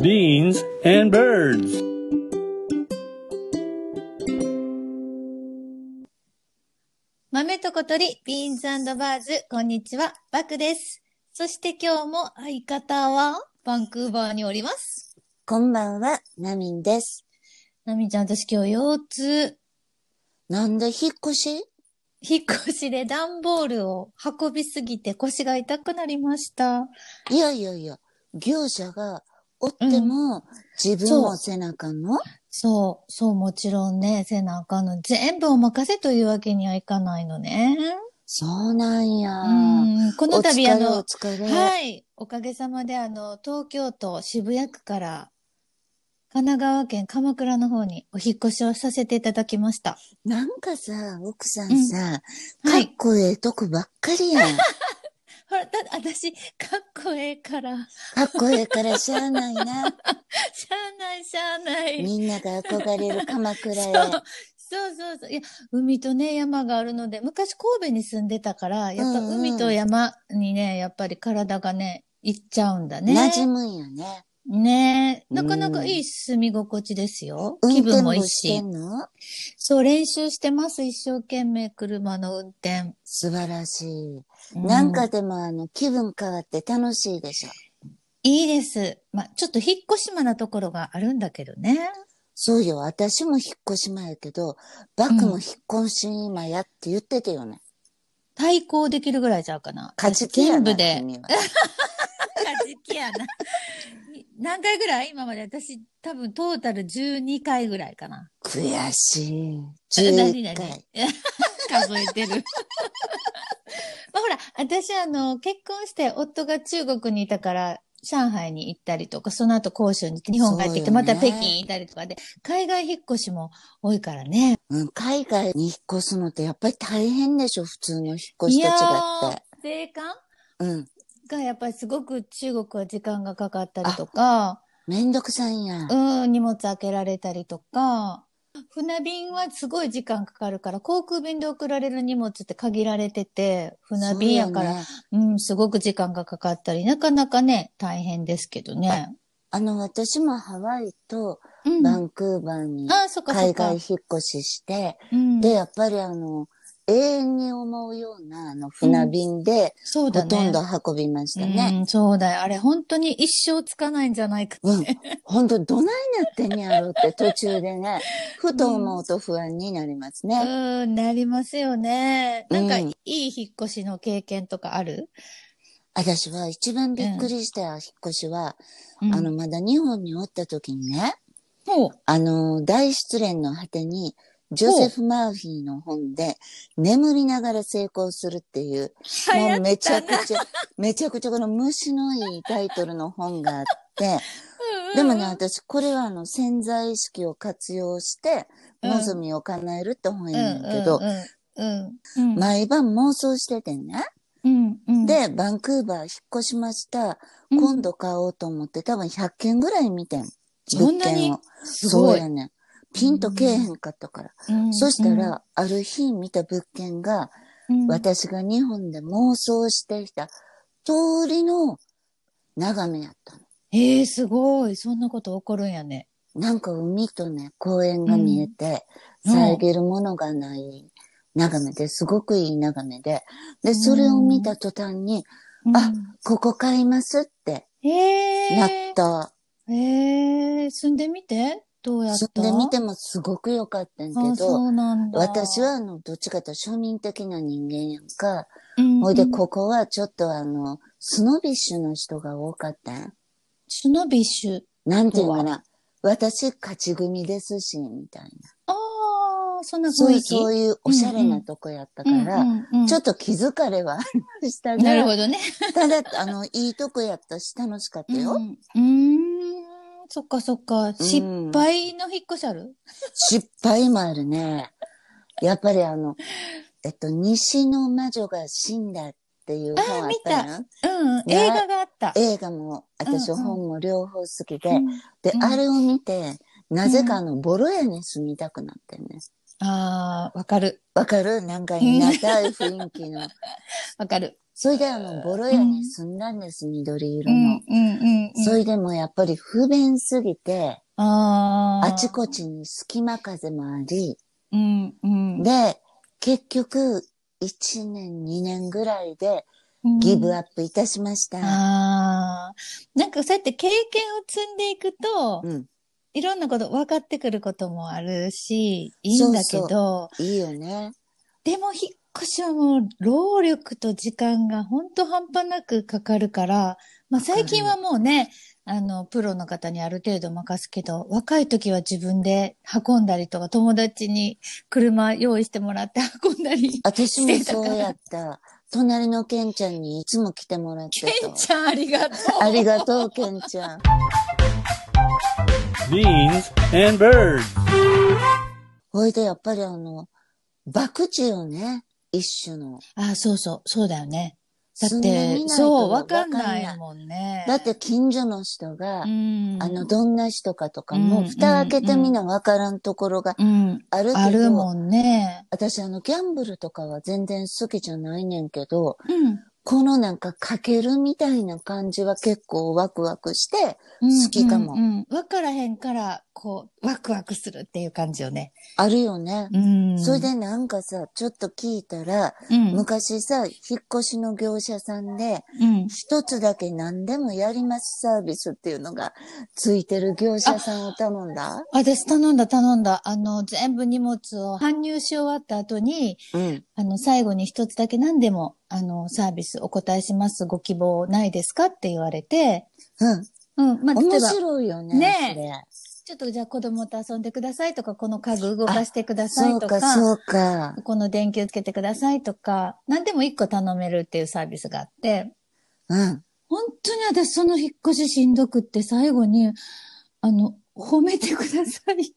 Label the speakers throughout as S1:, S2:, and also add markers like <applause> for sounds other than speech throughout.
S1: beans, and birds.
S2: 豆と小鳥、ビーンズバーズ、こんにちは、バクです。そして今日も相方は、バンクーバーにおります。
S3: こんばんは、ナミンです。
S2: なみちゃん、私今日腰痛、
S3: なんで引っ越し
S2: 引っ越しで段ボールを運びすぎて腰が痛くなりました。
S3: いやいやいや、業者がおっても、自分もせなあかんの
S2: そう、そう、もちろんね、せなあかんの。全部お任せというわけにはいかないのね。
S3: そうなんや。
S2: うん、この
S3: お
S2: 度、
S3: 疲れ
S2: あ
S3: お
S2: の、
S3: 疲れ。
S2: はい。おかげさまで、あの、東京都渋谷区から、神奈川県鎌倉の方にお引っ越しをさせていただきました。
S3: なんかさ、奥さんさ、
S2: は
S3: か
S2: い
S3: っ。こええとこばっかりやん。
S2: ほら、だ、私、かっこええから、
S3: かっこええからしゃあな
S2: <laughs>
S3: いな。
S2: しゃあない、しゃあない。
S3: みんなが憧れる鎌倉
S2: そう
S3: へ。
S2: そうそうそう。いや、海とね、山があるので、昔神戸に住んでたから、やっぱ
S3: うんうん
S2: 海と山にね、やっぱり体がね、行っちゃうんだね。
S3: 馴染むんやね。
S2: ね
S3: うん
S2: なかなかいい住み心地ですよ。
S3: 運
S2: 気
S3: 転
S2: 分も
S3: も
S2: いい
S3: して
S2: し。
S3: んの
S2: そう、練習してます。一生懸命車の運転。
S3: 素晴らしい。なん
S2: う
S3: かでもあの、気分変わって楽しいでしょ。
S2: いいです。まあ、ちょっと引っ越し間なところがあるんだけどね。
S3: そうよ、私も引っ越し前やけど、バクも引っ越し前やって言ってたよね。
S2: 対抗できるぐらいちゃうかな。
S3: 勝ち気や
S2: 全
S3: な
S2: 部で。
S3: 君は
S2: 勝ち気やな。何回ぐら <laughs> い今まで私多分トータル12回ぐらいかな。
S3: 悔しい。 <laughs>
S2: 何
S3: 11
S2: 々
S3: 回。
S2: 数えてる。 <laughs> まあほら、私あの、結婚して夫が中国にいたから、上海に行ったりとか、その後杭州に行って日本帰ってき
S3: そう
S2: て、
S3: よね
S2: また北京に行ったりとかで、海外引っ越しも多いからね。
S3: うん、海外に引っ越すのってやっぱり大変でしょ、普通の引っ越
S2: い
S3: しと違
S2: や
S3: って。
S2: ー税関
S3: うん。
S2: がやっぱりすごく中国は時間がかかったりとか、
S3: めんどくさいんや。
S2: うん、荷物開けられたりとか、船便はすごい時間かかるから、航空便で送られる荷物って限られてて、船便やから、
S3: そうよね
S2: うん、すごく時間がかかったり、なかなかね、大変ですけどね。
S3: あの、私もハワイと
S2: うん。
S3: バ
S2: あ
S3: ンクーバーに
S2: あ、そっかそっ
S3: 海
S2: か。
S3: 外引っ越しして、
S2: うん、
S3: で、やっぱりあの、永遠に思うようなあの船便で、
S2: そう
S3: ほ
S2: だね。
S3: とんど運びましたね。
S2: うん、そうだよ。あれ、本当に一生つかないんじゃないか。
S3: うん。本当どないなってんやろうって途中
S2: <laughs>
S3: でね、ふと思うと不安になりますね。
S2: うん、なりますよね。なんか、
S3: うん
S2: いい引っ越しの経験とかある
S3: 私は一番びっくりした引っ越しは、
S2: うん
S3: あの、まだ日本におった時にね、
S2: ほう。
S3: あの、大失恋の果てに、ジョセフ・マーフィーの本で、眠りながら成功するっていう、もうめちゃく
S2: <laughs>
S3: ちゃ、めちゃくちゃこの虫のいいタイトルの本があって、でもね、私、これはあの、潜在意識を活用して、
S2: うん
S3: 望みを叶えるって本
S2: うん、
S3: やねんけ
S2: う
S3: ど、
S2: ん、うん。うん、
S3: 毎晩妄想しててんね。
S2: うん、うん、
S3: で、バンクーバー引っ越しました。
S2: うん
S3: 今、度買おうと思って、多分100件ぐらい見てん。
S2: そんなに
S3: 物件を。
S2: す
S3: そ
S2: ご
S3: う
S2: い
S3: や。ねん。ピンとけえへんかったから。
S2: うん
S3: そした、
S2: うん
S3: ら、ある日見た物件が、
S2: うん
S3: 私が日本で妄想してきた通りの眺めやったの。
S2: ええすごい。そんなこと起こるんやね。
S3: なんか海とね、公園が見えて、
S2: うん
S3: 遮るものがない眺めで、すごくいい眺めで、で、それを見た途端に、あここ買いますって
S2: うん、ええ
S3: なった。
S2: ええ住んでみて。どうやっ
S3: そ
S2: た
S3: んで見てもすごく良かったん
S2: あ
S3: け
S2: そ
S3: ど、
S2: うなんだ。
S3: 私はあの、どっちかというと庶民的な人間やんか。
S2: うん、うん
S3: ほいで、ここはちょっとあの、スノビッシュの人が多かったん。
S2: スノビッシュ。
S3: なんていうのかな。私、勝ち組ですし、みたい
S2: ああ、そんな雰
S3: な。そう
S2: 囲気。
S3: そういうおしゃれなとこやったか
S2: うん
S3: ら、
S2: うんうん
S3: ちょっと気づかれはあ <laughs> りました
S2: なる
S3: が、
S2: ほどね。
S3: ただ、あの、いいとこやったし、楽しかったよ。
S2: うんうん、うーんそっかそっか。失敗の引っ越しある、
S3: 失敗もあるね。やっぱりあの、えっと、西の魔女が死んだっていう本あったやん
S2: うん、
S3: ね
S2: 映画があった。
S3: 映画も、私
S2: うんうん
S3: 本も両方好きで、
S2: うん
S3: で、
S2: うん
S3: あれを見て、なぜかあの、ボロ屋に住みたくなってんね。
S2: ああ、わかる。
S3: わかるなんか、いなたい雰囲気の。
S2: わかる。
S3: それであの、ボロ屋に住んだんです、緑
S2: う
S3: 色
S2: ん
S3: の。
S2: うんうん。
S3: それ
S2: う、
S3: でもやっぱり不便すぎて、
S2: ああ。
S3: あちこちに隙間風もあり、
S2: うんうん。
S3: で、結局、1年、2年ぐらいで
S2: うん
S3: ギブアップいたしました。
S2: ああ。なんかそうやって経験を積んでいくと、
S3: うん。
S2: いろんなこと分かってくることもあるし、いいんだけど、
S3: そういいよね。
S2: でも引っ越しはもう労力と時間が本当半端なくかかるから、まあ
S3: かる
S2: 最近はもうね、あの、プロの方にある程度任すけど、若い時は自分で運んだりとか、友達に車用意してもらって運んだり。
S3: 私もそうやった。隣のケンちゃんにいつも来てもらって
S2: ケ
S3: た
S2: ン。ちゃんありがとう。
S3: ありがとう、ケンちゃん。
S1: beans and birds.
S3: ほいで、やっぱりあの、爆地よね。一種の。
S2: あ、そうそう、そうだよね。だ
S3: 住
S2: っ
S3: んでみ
S2: て、
S3: ないと
S2: そう、わかん
S3: わ
S2: ないもんね。
S3: だって、近所の人が、
S2: うん、
S3: あの、どんな人かとか、
S2: うん
S3: もう蓋開けてみなわからんところが
S2: うん、
S3: あるけど、
S2: あるもんね。
S3: 私あの、ギャンブルとかは全然好きじゃないねんけど、
S2: うん。
S3: このなんかかけるみたいな感じは結構ワクワクして、好きかも
S2: うんうんうんわからへんから、こう、ワクワクするっていう感じよね。
S3: あるよね。
S2: うん。
S3: それでなんかさ、ちょっと聞いたら、
S2: うん、うん、
S3: 昔さ、引っ越しの業者さんで、一つだけ何でもやりますサービスっていうのがついてる業者さんを頼んだ
S2: 私頼んだ頼んだ。あの、全部荷物を搬入し終わった後に、
S3: うん。
S2: あの、最後に一つだけ何でも、あの、サービスお答えします。ご希望ないですかって言われて、
S3: うん。
S2: うん。まあ、例えば、
S3: 面白いよね。
S2: ねちょっとじゃあ子供と遊んでくださいとか、この家具動かしてくだ
S3: そ
S2: さい
S3: れそう
S2: と
S3: か、
S2: か、
S3: そうか。
S2: この電球つけてくださいとか、何でも一個頼めるっていうサービスがあって、
S3: うん。
S2: 本当に私その引っ越ししんどくって最後に、あの、褒めてください。 <laughs>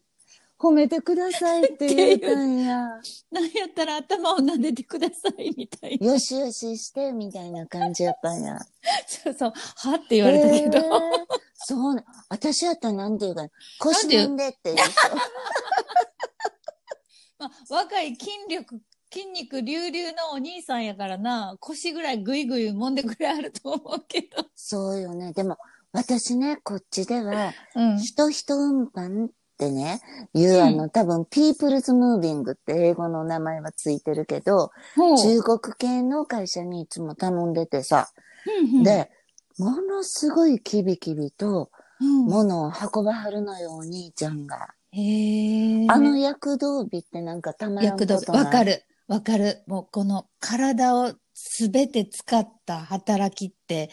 S3: 褒めてくださいって言うたんや。
S2: なんやったら頭を撫でてください、みたいな。
S3: よしよしして、みたいな感じやったんや。
S2: そうそう、はって言われたけど。
S3: へーそうな、私やったらなんて言うか、腰
S2: なんて言う
S3: 揉んでって言う人。
S2: まあ、若い筋力、筋肉隆々のお兄さんやからな、腰ぐらいぐいぐい揉んでくれあると思うけど。
S3: そうよね。でも、私ね、こっちでは、
S2: うん。
S3: 人人運搬ってね、いう、あの、多分、ピープルズムービングって英語の名前はついてるけど、
S2: ほ
S3: 中国系の会社にいつも頼んでてさ、
S2: うんうん、
S3: で、ものすごいキビキビと、
S2: うん、
S3: 物を運ばはるのよ、お兄ちゃんが。
S2: へえ。
S3: あの躍動日ってなんかたまらんこ
S2: 躍
S3: と
S2: 動
S3: ない。
S2: わか。る。わかる。もうこの体をすべて使った働きって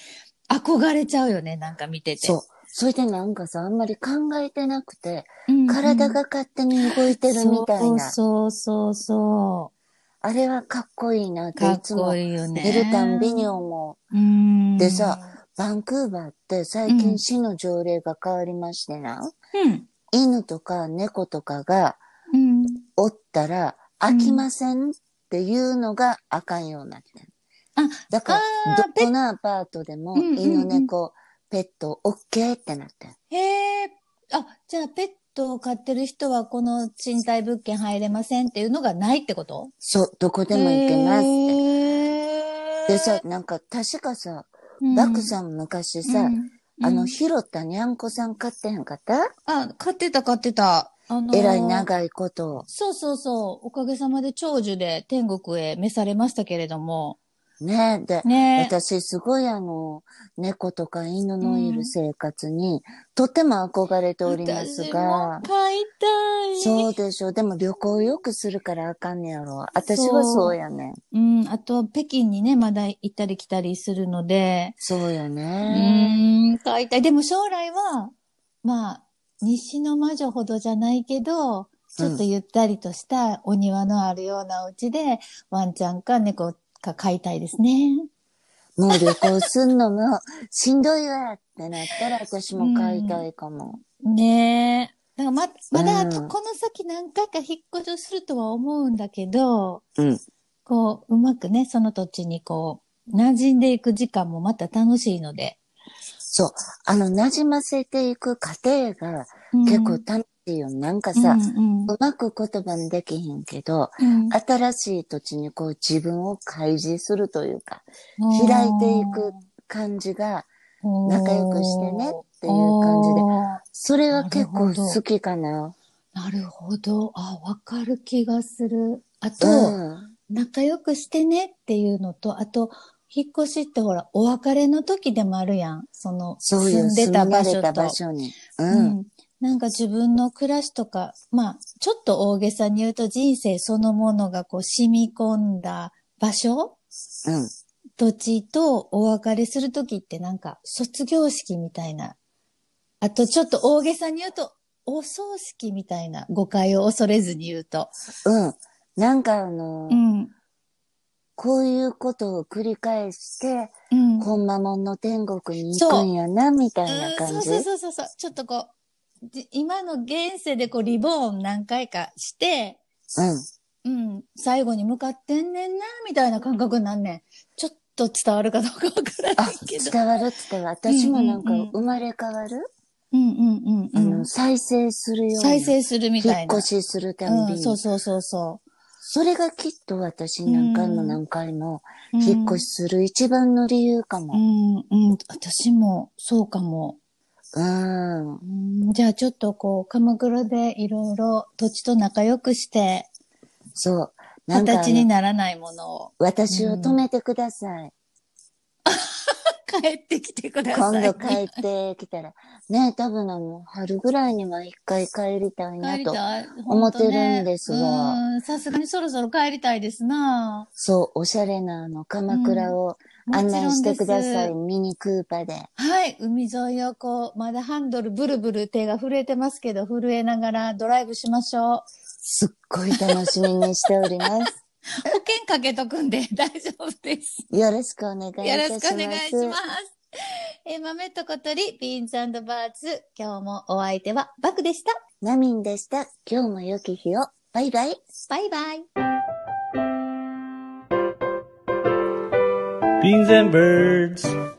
S2: 憧れちゃうよね。なんか見てて。
S3: そう。それでなんかさ、あんまり考えてなくて、
S2: うんうん。
S3: 体が勝手に動いてるみたいな。
S2: そうそうそうそ
S3: あれはかっこいいなっ
S2: う。
S3: て
S2: か
S3: い
S2: っ
S3: つ
S2: こ
S3: も
S2: いいよね。
S3: 出るたんびに思う。
S2: うん。
S3: でさ、バンクーバーって最
S2: う
S3: 近
S2: ん
S3: 市の条例が変わりましてな。
S2: うん。
S3: 犬とか猫とかが
S2: うん。
S3: おったら飽きませんっていうのがあかんようになってる。
S2: あ、
S3: だから
S2: あ、ー
S3: どこのアパートでも
S2: うんうんうん
S3: 犬猫、ペット、オッケーってなってる。
S2: へえ。あ、じゃあペットを飼ってる人はこの賃貸物件入れませんっていうのがないってこと
S3: そう、どこでも行けますって。
S2: へえ。
S3: でさ、なんか確かさ、
S2: うん、
S3: バクさん昔さ、
S2: うん
S3: あ
S2: う
S3: の、
S2: ん
S3: 拾ったにゃんこさん飼ってへんかった
S2: あ、飼ってた飼ってた。あのー
S3: えらい長いこと。
S2: そうそうそう。おかげさまで長寿で天国へ召されましたけれども。
S3: ねで、
S2: ねえ。
S3: 私すごいあの、猫とか犬のいる生活に、とても憧れておりますが
S2: 私も、飼いたい。
S3: そうでしょう。でも旅行よくするからあかんねやろ。私はそうやねん。
S2: うん。あと、北京にね、まだ行ったり来たりするので。
S3: そうよ
S2: うー
S3: ね。
S2: ん、飼いたい。でも将来は、まあ、西の魔女ほどじゃないけど、ちょっとゆったりとしたお庭のあるようなお家で、ワンちゃんか猫か飼いたいですね。
S3: もう旅行すんのも <laughs> しんどいわってなったら私も飼いたいかも。
S2: ねえ。だからま、まだ、
S3: うん
S2: この先何回か引っ越しをするとは思うんだけど、
S3: うん
S2: こう、うまくね、その土地にこう、馴染んでいく時間もまた楽しいので。
S3: そう。あの、馴染ませていく過程が
S2: うん
S3: 結構楽いよ。なんかさ、
S2: うんうん
S3: うまく言葉にできへんけど、
S2: うん
S3: 新しい土地にこう自分を開示するというか、開いていく感じが仲良くしてねっていう感じで、
S2: で。
S3: それは結
S2: な
S3: 構
S2: るほど
S3: 好きかな。
S2: なるほど。あ、わかる気がする。あと、
S3: うん。
S2: 仲良くしてねっていうのと、あと、引っ越しってほら、お別れの時でもあるやん。その、
S3: そうい
S2: 住
S3: う、
S2: んで
S3: 住
S2: た
S3: み慣
S2: 場所
S3: れた
S2: と
S3: 場。所に。う。
S2: うんん。なんか自分の暮らしとか、まあ、ちょっと大げさに言うと人生そのものがこう染み込んだ場所
S3: うん。
S2: 土地とお別れするときってなんか卒業式みたいな。あとちょっと大げさに言うと、お葬式みたいな誤解を恐れずに言うと。
S3: うん。なんかあの、
S2: うん。
S3: こういうことを繰り返して、
S2: うん。
S3: ほんまもんの天国に行くんやな、みたいな
S2: う
S3: 感
S2: ん
S3: じ。
S2: そうそうそうそう。ちょっとこう、じ今の現世でこうリボーン何回かして、
S3: う
S2: う
S3: ん。
S2: ん、最後に向かってんねんな、みたいな感覚なんねん。ちょっと伝わるかどうかわから
S3: あ
S2: ないけど。
S3: 伝わる伝わる。私もなんか
S2: うんうんうん
S3: 生まれ変わる、
S2: うんうんうん
S3: あ
S2: う
S3: の、
S2: ん。
S3: 再生するような。
S2: 再生するみたいな。
S3: 引っ越しするたんびに。
S2: うん、そうそうそうそ
S3: それがきっと私何回も何回も
S2: う。
S3: 引っ越
S2: し。
S3: しする一番の理由か
S2: う
S3: も。
S2: ん、うん、私も、そうかも。
S3: うん。
S2: うんじゃあちょっとこう、鎌倉でいろいろ土地と仲良くして、
S3: そう。なんかあの
S2: 形にならないものを
S3: 私を止めてください。
S2: 帰ってきてくださ
S3: <laughs> 今
S2: い。
S3: 度帰ってきたら。ね多分あの、春ぐらいには一回帰りたいな
S2: 帰り
S3: と。
S2: たい。
S3: 思ってるんですが
S2: 本当ねうんさすがにそろそろ帰りたいですな
S3: そう、おしゃれなあの、鎌倉を
S2: も
S3: 案
S2: ちろ
S3: 内
S2: ん
S3: して
S2: です
S3: ください。ミニクーパーで。
S2: はい。海沿いをこう、まだハンドルブルブル手が震えてますけど、震えながらドライブしましょう。
S3: すっごい楽しみにしております。
S2: 保険かけとくんで <laughs> 大丈夫です。
S3: よろしくお願いいたします。
S2: よろしくお願いします。えー、豆と小鳥、ビーンズバーツ。今日もお相手はバクでした。
S3: ナミンでした。今日も良き日を。バイバイ。
S2: バイバイ。
S1: Beans and birds.